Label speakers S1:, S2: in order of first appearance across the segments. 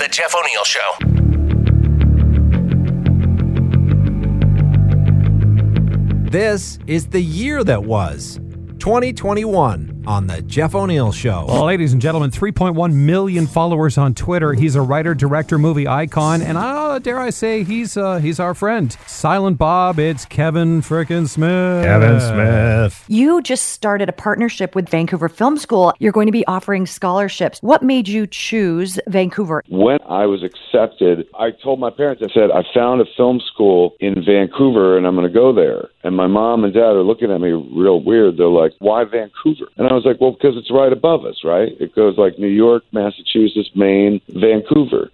S1: The Jeff O'Neill Show.
S2: This is the year that was 2021 on The Jeff O'Neill Show.
S3: Well, ladies and gentlemen, 3.1 million followers on Twitter. He's a writer, director, movie icon, and uh, dare I say, he's uh, he's our friend. Silent Bob, it's Kevin frickin' Smith.
S4: Kevin Smith.
S5: You just started a partnership with Vancouver Film School. You're going to be offering scholarships. What made you choose Vancouver?
S6: When I was accepted, I told my parents, I said, I found a film school in Vancouver and I'm going to go there. And my mom and dad are looking at me real weird. They're like, why Vancouver? And I was like, well, because it's right above us, right? It goes like New York, Massachusetts, Maine, Vancouver.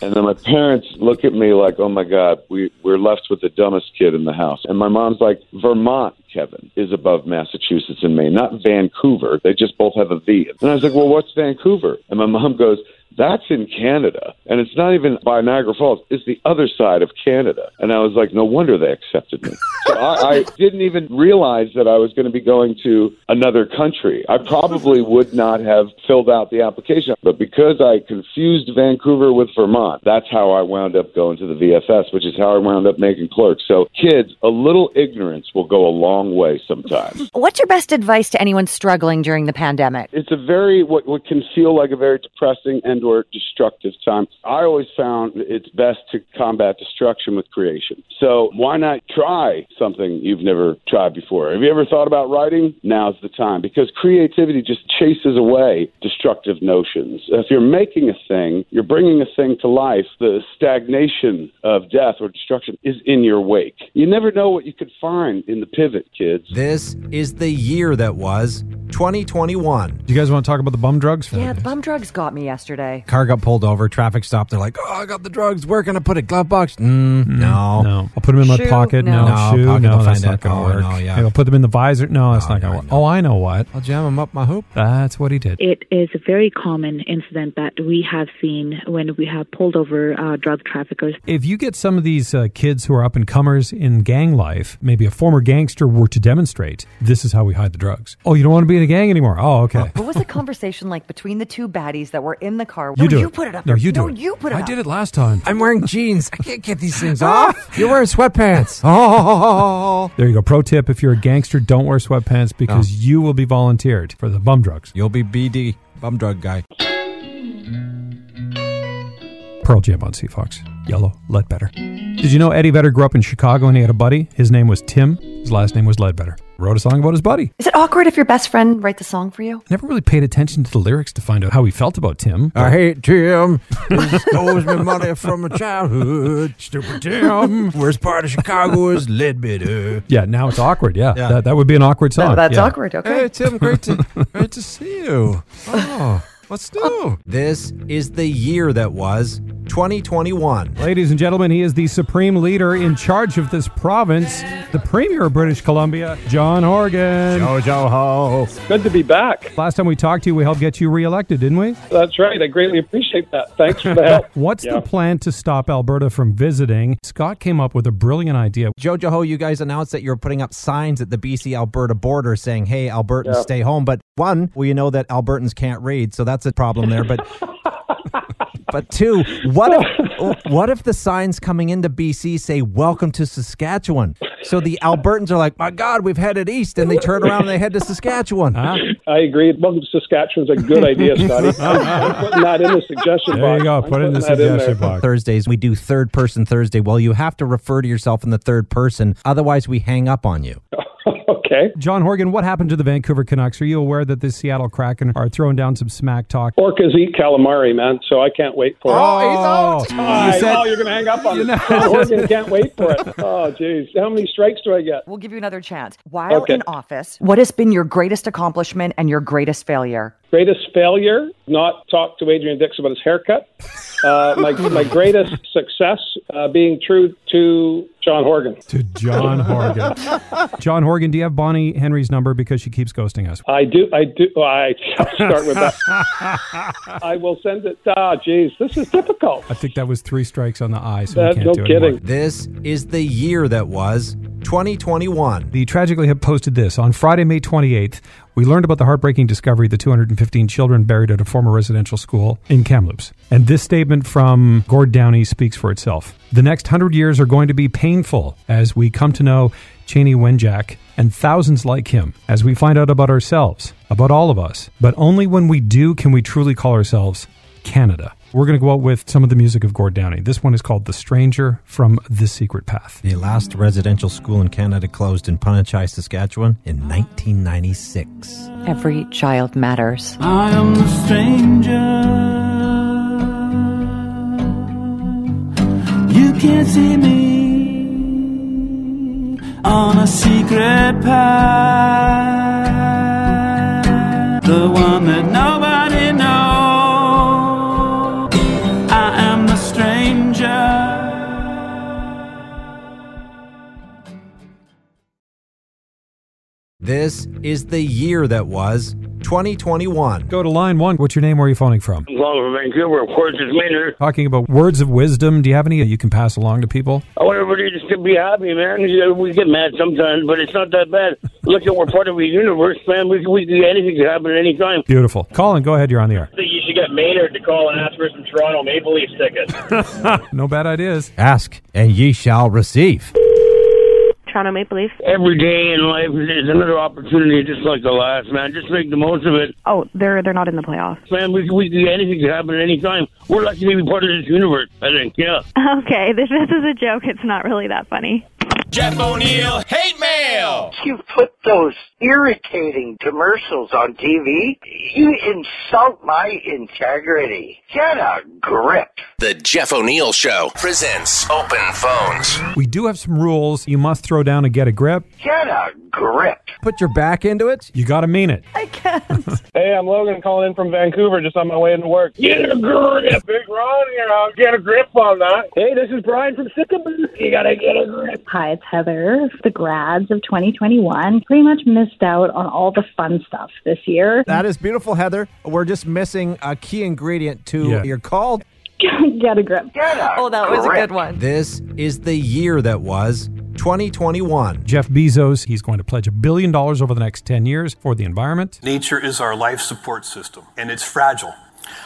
S6: and then my parents look at me like, oh my God, we, we're left with the dumbest kid in the house. And my mom's like, Vermont, Kevin, is above Massachusetts and Maine, not Vancouver. They just both have a V. And I was like, well, what's Vancouver? And my mom goes, that's in Canada. And it's not even by Niagara Falls. It's the other side of Canada. And I was like, no wonder they accepted me. so I, I didn't even realize that I was going to be going to another country. I probably would not have filled out the application. But because I confused Vancouver with Vermont, that's how I wound up going to the VFS, which is how I wound up making clerks. So kids, a little ignorance will go a long way sometimes.
S5: What's your best advice to anyone struggling during the pandemic?
S7: It's a very what, what can feel like a very depressing and or destructive time. I always found it's best to combat destruction with creation. So why not try something you've never tried before? Have you ever thought about writing? Now's the time because creativity just chases away destructive notions. If you're making a thing, you're bringing a thing to life. The stagnation of death or destruction is in your wake. You never know what you could find in the pivot, kids.
S2: This is the year that was 2021.
S3: Do you guys want to talk about the bum drugs?
S5: Yeah, the bum drugs got me yesterday.
S2: Car got pulled over, traffic stop. They're like, oh, I got the drugs. Where can I put it? Glove box? Mm, no.
S3: No, I'll put them in my
S5: Shoe?
S3: pocket. No,
S5: No.
S2: No,
S3: shoe.
S2: pocket,
S3: no,
S2: they'll
S3: that's
S2: find
S3: not
S2: it.
S3: going to
S2: Oh,
S3: work.
S2: no, yeah.
S3: I'll put them in the visor. No, that's not
S2: no,
S3: going
S2: I
S3: to work.
S2: know.
S3: Oh, I know what.
S2: I'll jam them up my hoop.
S3: That's what he did.
S8: It is a very common incident that we have seen when we have pulled over uh, drug traffickers.
S3: if you get some of these uh, kids who are up and comers in gang life, maybe a former gangster were to demonstrate, this is how we hide the drugs. Oh, you don't want to be in a gang anymore. Oh, okay.
S5: What was the conversation like between the two baddies that were in the car?
S3: You
S5: no,
S3: do
S5: you
S3: it.
S5: put it up.
S3: No, you do
S5: No,
S3: it.
S5: you put it
S3: I
S5: up.
S3: did it last time.
S2: I'm wearing jeans. I can't get these things off. You're wearing sweatpants. Oh,
S3: There you go. Pro tip if you're a gangster, don't wear sweatpants because you will be volunteered for the bum drugs.
S2: you'll be BD, bum drug guy.
S3: Pearl Jam on Sea Fox. Yellow, Ledbetter. Did you know Eddie Vedder grew up in Chicago and he had a buddy? His name was Tim. His last name was Ledbetter. Wrote a song about his buddy.
S5: Is it awkward if your best friend writes a song for you?
S3: Never really paid attention to the lyrics to find out how he felt about Tim.
S2: I hate Tim. He stole me money from my childhood. Stupid Tim. Worst part of Chicago is Leadbitter.
S3: Yeah, now it's awkward. Yeah,
S2: Yeah.
S3: That, that would be an awkward song.
S5: No, that's
S3: Yeah.
S5: awkward. Okay.
S2: Hey Tim, great to great to see you. Oh, what's new? This is the year that was 2021.
S3: Ladies and gentlemen, he is the supreme leader in charge of this province, the Premier of British Columbia, John Horgan.
S4: Jojo Ho.
S9: Good to be back.
S3: Last time we talked to you, we helped get you reelected, didn't we?
S9: That's right. I greatly appreciate that. Thanks for the help.
S3: What's the plan to stop Alberta from visiting? Scott came up with a brilliant idea.
S2: Jojo Ho, you guys announced that you're putting up signs at the BC Alberta border saying, hey, Albertans, stay home. But one, well, you know that Albertans can't read, so that's a problem there. But but two, what if what if the signs coming into BC say welcome to Saskatchewan? So the Albertans are like, my God, we've headed east, and they turn around and they head to Saskatchewan.
S9: I agree. Welcome to Saskatchewan's a good idea, Scotty. I'm, I'm putting that in the suggestion
S3: There
S9: box.
S3: you go.
S9: I'm
S3: Put it in the
S9: putting that there.
S3: suggestion box.
S2: Thursdays, we do third person Thursday. Well, you have to refer to yourself in the third person, otherwise, we hang up on you.
S9: Okay.
S3: John Horgan, what happened to the Vancouver Canucks? Are you aware that the Seattle Kraken are throwing down some smack talk?
S9: Orcas eat calamari, man. So I can't wait for it.
S3: Oh,
S9: Oh,
S2: You said-
S9: oh, you're going to hang up on
S3: You
S9: me.
S3: know-
S9: Oh, Orcas can't wait for it. Oh, jeez. How many strikes do I get?
S5: We'll give you another chance. While
S9: Okay.
S5: in office, what has been your greatest accomplishment and your greatest failure?
S9: Greatest failure, not talk to Adrian Dix about his haircut. Uh, my, my greatest success, uh, being true to John Horgan.
S3: to John Horgan. John Horgan, do you have Bonnie Henry's number because she keeps ghosting us?
S9: I do. I do. well, I I'll start with that. I will send it. Ah, geez, this is difficult.
S3: I think that was three strikes on the eye, so we
S9: That-
S3: can't
S9: no
S3: do it
S9: kidding.
S3: anymore.
S2: This is the year that was 2021.
S3: The Tragically Hip posted this on Friday, May 28th. We learned about the heartbreaking discovery of the 215 children buried at a former residential school in Kamloops. And this statement from Gord Downey speaks for itself. The next hundred years are going to be painful as we come to know Cheney Wenjack and thousands like him, as we find out about ourselves, about all of us. But only when we do can we truly call ourselves Canada. We're going to go out with some of the music of Gord Downey. This one is called The Stranger from The Secret Path.
S2: The last residential school in Canada closed in Punachai, Saskatchewan in 1996.
S5: Every child matters.
S1: I am the stranger. You can't see me on a secret path, the one that nobody knows. I am the stranger.
S2: This is the year that was 2021.
S3: Go to line one. What's your name? Where are you phoning from?
S10: calling from Vancouver. Of course, it's Maynard.
S3: Talking about words of wisdom. Do you have any that you can pass along to people?
S10: I want everybody just to be happy, man. You know, We get mad sometimes, but it's not that bad. Look, we're part of a universe, man. We, we anything can happen at any time.
S3: Beautiful. Colin, go ahead. You're on the air.
S10: I think you should get Maynard to call and ask for some Toronto Maple Leafs tickets.
S3: no bad ideas.
S2: Ask and ye shall receive.
S11: Toronto Maple Leafs.
S10: Every day in life is another opportunity, just like the last, man. Just make the most of it,
S11: Oh, they're they're not in the playoffs.
S10: man. We, we anything can happen at any time. We're lucky to be part of this universe. I think, yeah.
S11: Okay, this, this is a joke. It's not really that funny.
S12: Jeff O'Neill, hate mail.
S13: You put those irritating commercials on TV. You insult my integrity. Get a grip.
S12: The Jeff O'Neill Show presents Open Phones.
S3: We do have some rules. You must throw down and get a grip.
S13: Get a grip.
S2: Put your back into it.
S3: You got to mean it.
S9: Hey, I'm Logan calling in from Vancouver, just on my way into work. Get a grip, Big Ron here. I'll get a grip on that. Hey, this is Brian from Sycamore. You gotta get a grip.
S14: Hi, it's Heather. The grads of 2021 pretty much missed out on all the fun stuff this year.
S2: That is beautiful, Heather. We're just missing a key ingredient to
S3: Yeah.
S2: your call.
S14: Get a grip.
S5: Oh, that was a good one.
S2: This is the year that was 2021.
S3: Jeff Bezos, he's going to pledge a billion dollars over the next 10 years for the environment.
S15: Nature is our life support system, and it's fragile.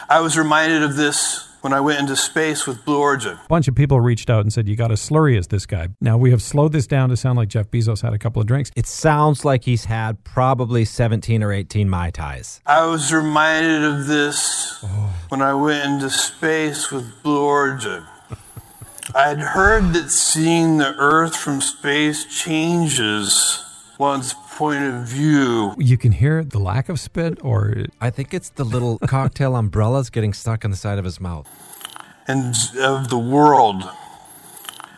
S15: I was reminded of this when I went into space with Blue Origin.
S3: A bunch of people reached out and said, You got as slurry as this guy. Now, we have slowed this down to sound like Jeff Bezos had a couple of drinks.
S2: It sounds like he's had probably 17 or 18 Mai Tais.
S15: I was reminded of this when I went into space with Blue Origin. I had heard that seeing the Earth from space changes one's point of view.
S3: You can hear the lack of spit, or
S2: I think it's the little cocktail umbrellas getting stuck on the side of his mouth.
S15: and of the world.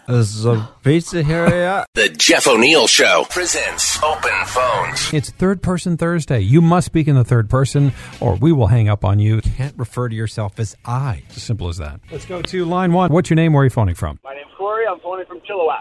S2: There's a pizza here. yeah.
S12: The Jeff O'Neill Show presents Open Phones.
S3: it's third person Thursday. You must speak in the third person, or we will hang up on you.
S2: Can't refer to yourself as I.
S3: It's as simple as that. Let's go to line one. What's your name? Where are you phoning from?
S10: My name's Corey. I'm phoning from Chilliwack.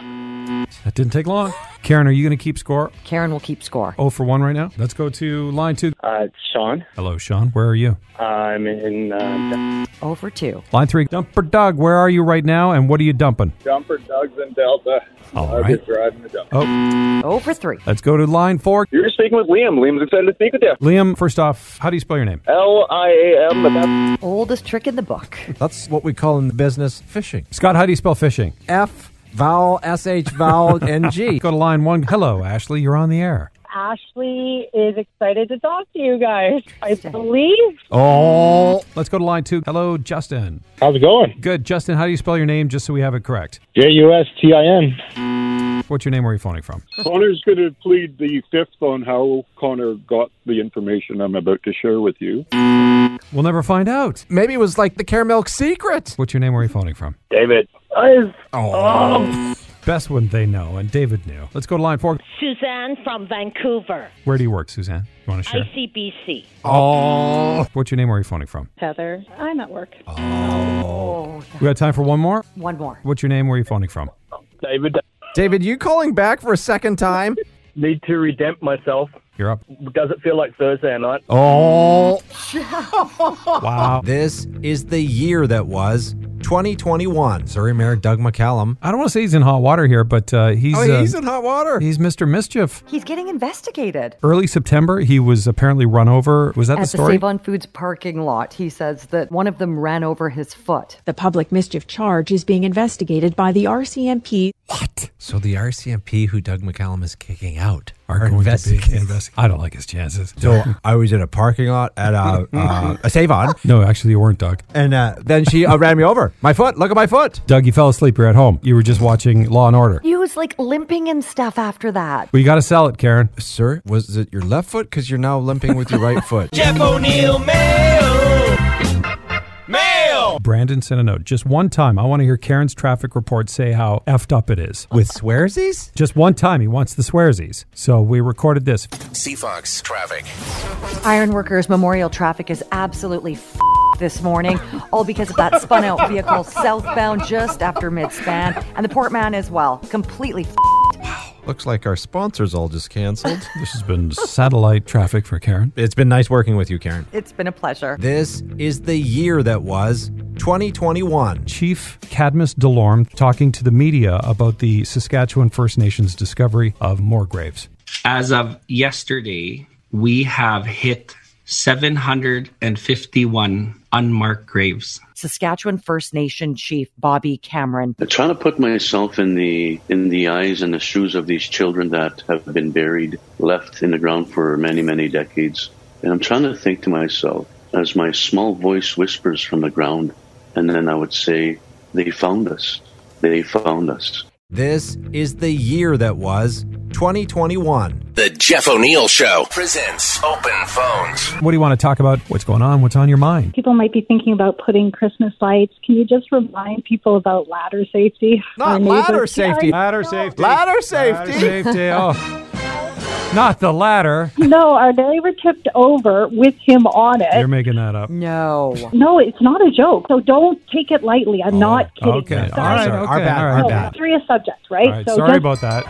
S3: That didn't take long. Karen, are you going to keep score?
S5: Karen will keep score.
S3: Oh, for one right now. Let's go to line two.
S10: Uh, Sean.
S3: Hello, Sean. Where are you?
S10: I'm in uh,
S5: Over two.
S3: Line three. Dumper Doug, where are you right now? And what are you dumping?
S9: Jumper Doug's in Delta.
S3: All
S9: I'll
S3: right.
S9: just driving the Delta.
S3: Oh,
S5: Over three.
S3: let's go to line four.
S7: You're speaking with Liam. Liam's excited to speak with you.
S3: Liam, first off, how do you spell your name?
S7: L I A M, but that's
S5: Oldest trick in the book.
S2: That's what we call in the business fishing.
S3: Scott, how do you spell fishing?
S2: F vowel S H vowel N G.
S3: Go to line one. Hello, Ashley. You're on the air.
S16: Ashley is excited to talk to you guys. I believe
S2: Oh,
S3: Let's go to line two. Hello, Justin.
S9: How's it going?
S3: Good. Justin, how do you spell your name just so we have it correct?
S9: J U S T I N.
S3: What's your name? Where are you phoning from?
S7: Connor's going to plead the fifth on how Connor got the information I'm about to share with you.
S3: We'll never find out.
S2: maybe it was like the caramel secret.
S3: What's your name? Where are you phoning from? Oh.
S10: David.
S3: Best when they know, and David knew. Let's go to line four.
S16: Suzanne from Vancouver,
S3: Where do you work, Suzanne? You want to share?
S16: ICBC.
S2: Oh,
S3: What's your name? Where are you phoning from?
S16: Heather, I'm at work.
S3: We got time for one more.
S5: One more.
S3: What's your name? Where are you phoning from?
S10: David,
S2: David, you calling back for a second time?
S10: need to redempt myself.
S3: You're up.
S10: Does it feel like Thursday night?
S2: Oh,
S3: Wow.
S2: this is the year that was 2021. Surrey Mayor Doug McCallum.
S3: I don't want to say he's in hot water here, but uh, he's
S2: oh, he's
S3: uh,
S2: in hot water.
S3: he's Mr. Mischief.
S5: He's getting investigated.
S3: Early September, he was apparently run over. Was that
S5: At
S3: the
S5: the,
S3: story?
S5: Save on Foods parking lot, he says that one of them ran over his foot.
S17: The public mischief charge is being investigated by the RCMP.
S2: So the RCMP who Doug McCallum is kicking out
S3: Are going to be investigated. I don't like his chances.
S2: So I was in a parking lot at a, uh, a Save On,
S3: no, actually, you weren't, Doug.
S2: and uh, then she uh, ran me over. My foot. Look at my foot.
S3: Doug, you fell asleep. You're at home. You were just watching Law and Order.
S5: He was like limping and stuff after that.
S3: Well, you got to sell it, Karen.
S2: Sir, was it your left foot? Because you're now limping with your right foot.
S1: Jeff O'Neill Mail. Mail.
S3: Brandon sent a note. Just one time, I want to hear Karen's traffic report say how effed up it is.
S2: With swearsies?
S3: Just one time, he wants the swearsies. So we recorded this.
S12: Seafox traffic.
S5: Ironworkers Memorial traffic is absolutely f- this morning, all because of that spun out vehicle southbound just after mid span, and the Portman as well. Completely f-
S2: Looks like our sponsors all just canceled.
S3: This has been satellite traffic for Karen.
S2: it's been nice working with you, Karen.
S5: It's been a pleasure.
S2: This is the year that was 2021.
S3: Chief Cadmus DeLorme talking to the media about the Saskatchewan First Nations discovery of more graves.
S18: As of yesterday, we have hit 751 unmarked graves.
S5: Saskatchewan First Nation Chief Bobby Cameron.
S19: trying to put myself in the in the eyes and the shoes of these children that have been buried, left in the ground for many, many decades. And I'm trying to think to myself as my small voice whispers from the ground, and then I would say, "They found us. They found us."
S2: This is the year that was 2021.
S12: The Jeff O'Neill Show presents Open Phones.
S3: What do you want to talk about? What's going on? What's on your mind?
S14: People might be thinking about putting Christmas lights. Can you just remind people about ladder safety? Our
S2: Not
S14: neighbors-
S2: ladder safety.
S3: Ladder safety.
S2: Ladder safety.
S3: safety. Oh. Not the ladder.
S14: No, our neighbor tipped over with him on it.
S3: You're making that up.
S5: No.
S14: No, it's not a joke. So don't take it lightly. I'm not kidding.
S3: Oh, Okay.
S14: Sorry.
S3: All right.
S2: Sorry,
S3: Okay.
S2: our bad,
S3: All
S2: our
S3: right.
S14: No,
S2: bad.
S14: serious subject, right?
S3: All right.
S14: So
S3: Sorry
S14: just-
S3: about that.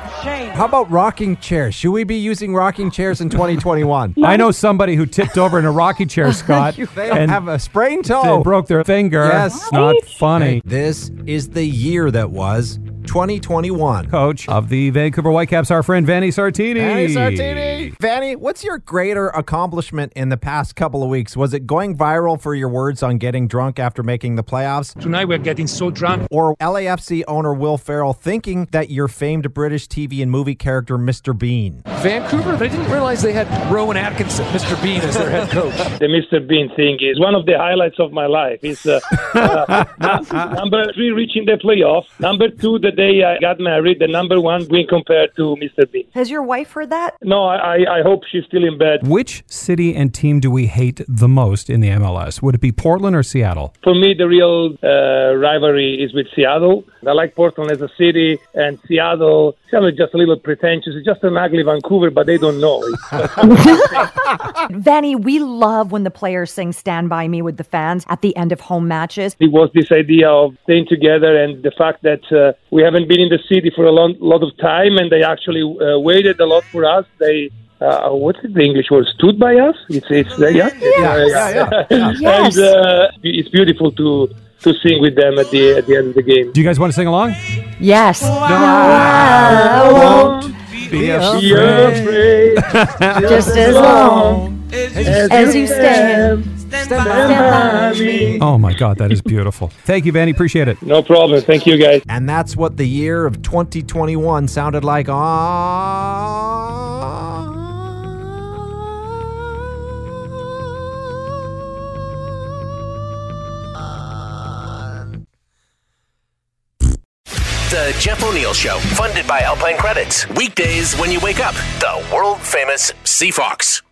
S2: How about rocking chairs? Should we be using rocking chairs in 2021?
S3: I know somebody who tipped over in a rocking chair, Scott,
S2: They
S3: and
S2: have a sprained
S3: they
S2: toe.
S3: broke their finger.
S2: Yes.
S3: It's not funny.
S2: This is the year that was 2021.
S3: Coach of the Vancouver Whitecaps, our friend Vanni Sartini.
S2: Vanny Sartini. Vanny, what's your greater accomplishment in the past couple of weeks? Was it going viral for your words on getting drunk after making the playoffs?
S20: Tonight we're getting so drunk.
S2: Or LAFC owner Will Farrell thinking that your famed British TV and movie character, Mr. Bean?
S20: Vancouver, they didn't realize they had Rowan Atkinson, Mr. Bean, as their head coach.
S9: The Mr. Bean thing is one of the highlights of my life. Is uh, uh, num- number three reaching the playoff, number two the day I got married, the number one being compared to Mr. Bean.
S5: Has your wife heard that?
S9: No, I, I I hope she's still in bed.
S3: Which city and team do we hate the most in the MLS? Would it be Portland or Seattle?
S9: For me, the real uh, rivalry is with Seattle. I like Portland as a city, and Seattle, Seattle is just a little pretentious. It's just an ugly Vancouver, but they don't know. It's-
S5: Vanny, we love when the players sing Stand By Me with the fans at the end of home matches.
S9: it was this idea of staying together and the fact that uh, we haven't been in the city for a long, lot of time, and they actually uh, waited a lot for us. They uh, what's it, the English word? Stood by us. It's it's uh, yeah yeah yeah.
S5: Yes.
S9: and uh, it's beautiful to to sing with them at the at the end of the game.
S3: Do you guys want to sing along?
S5: Yes.
S3: I
S5: won't
S3: be
S9: Be afraid
S5: Just as long as you stand.
S9: by me.
S3: Oh my God, that is beautiful. Thank you, Vanny. Appreciate it.
S9: No problem. Thank you, guys.
S2: And that's what the year of 2021 sounded like Ah. on.
S12: The Jeff O'Neill Show, funded by Alpine Credits. Weekdays when you wake up, the world famous Seafox.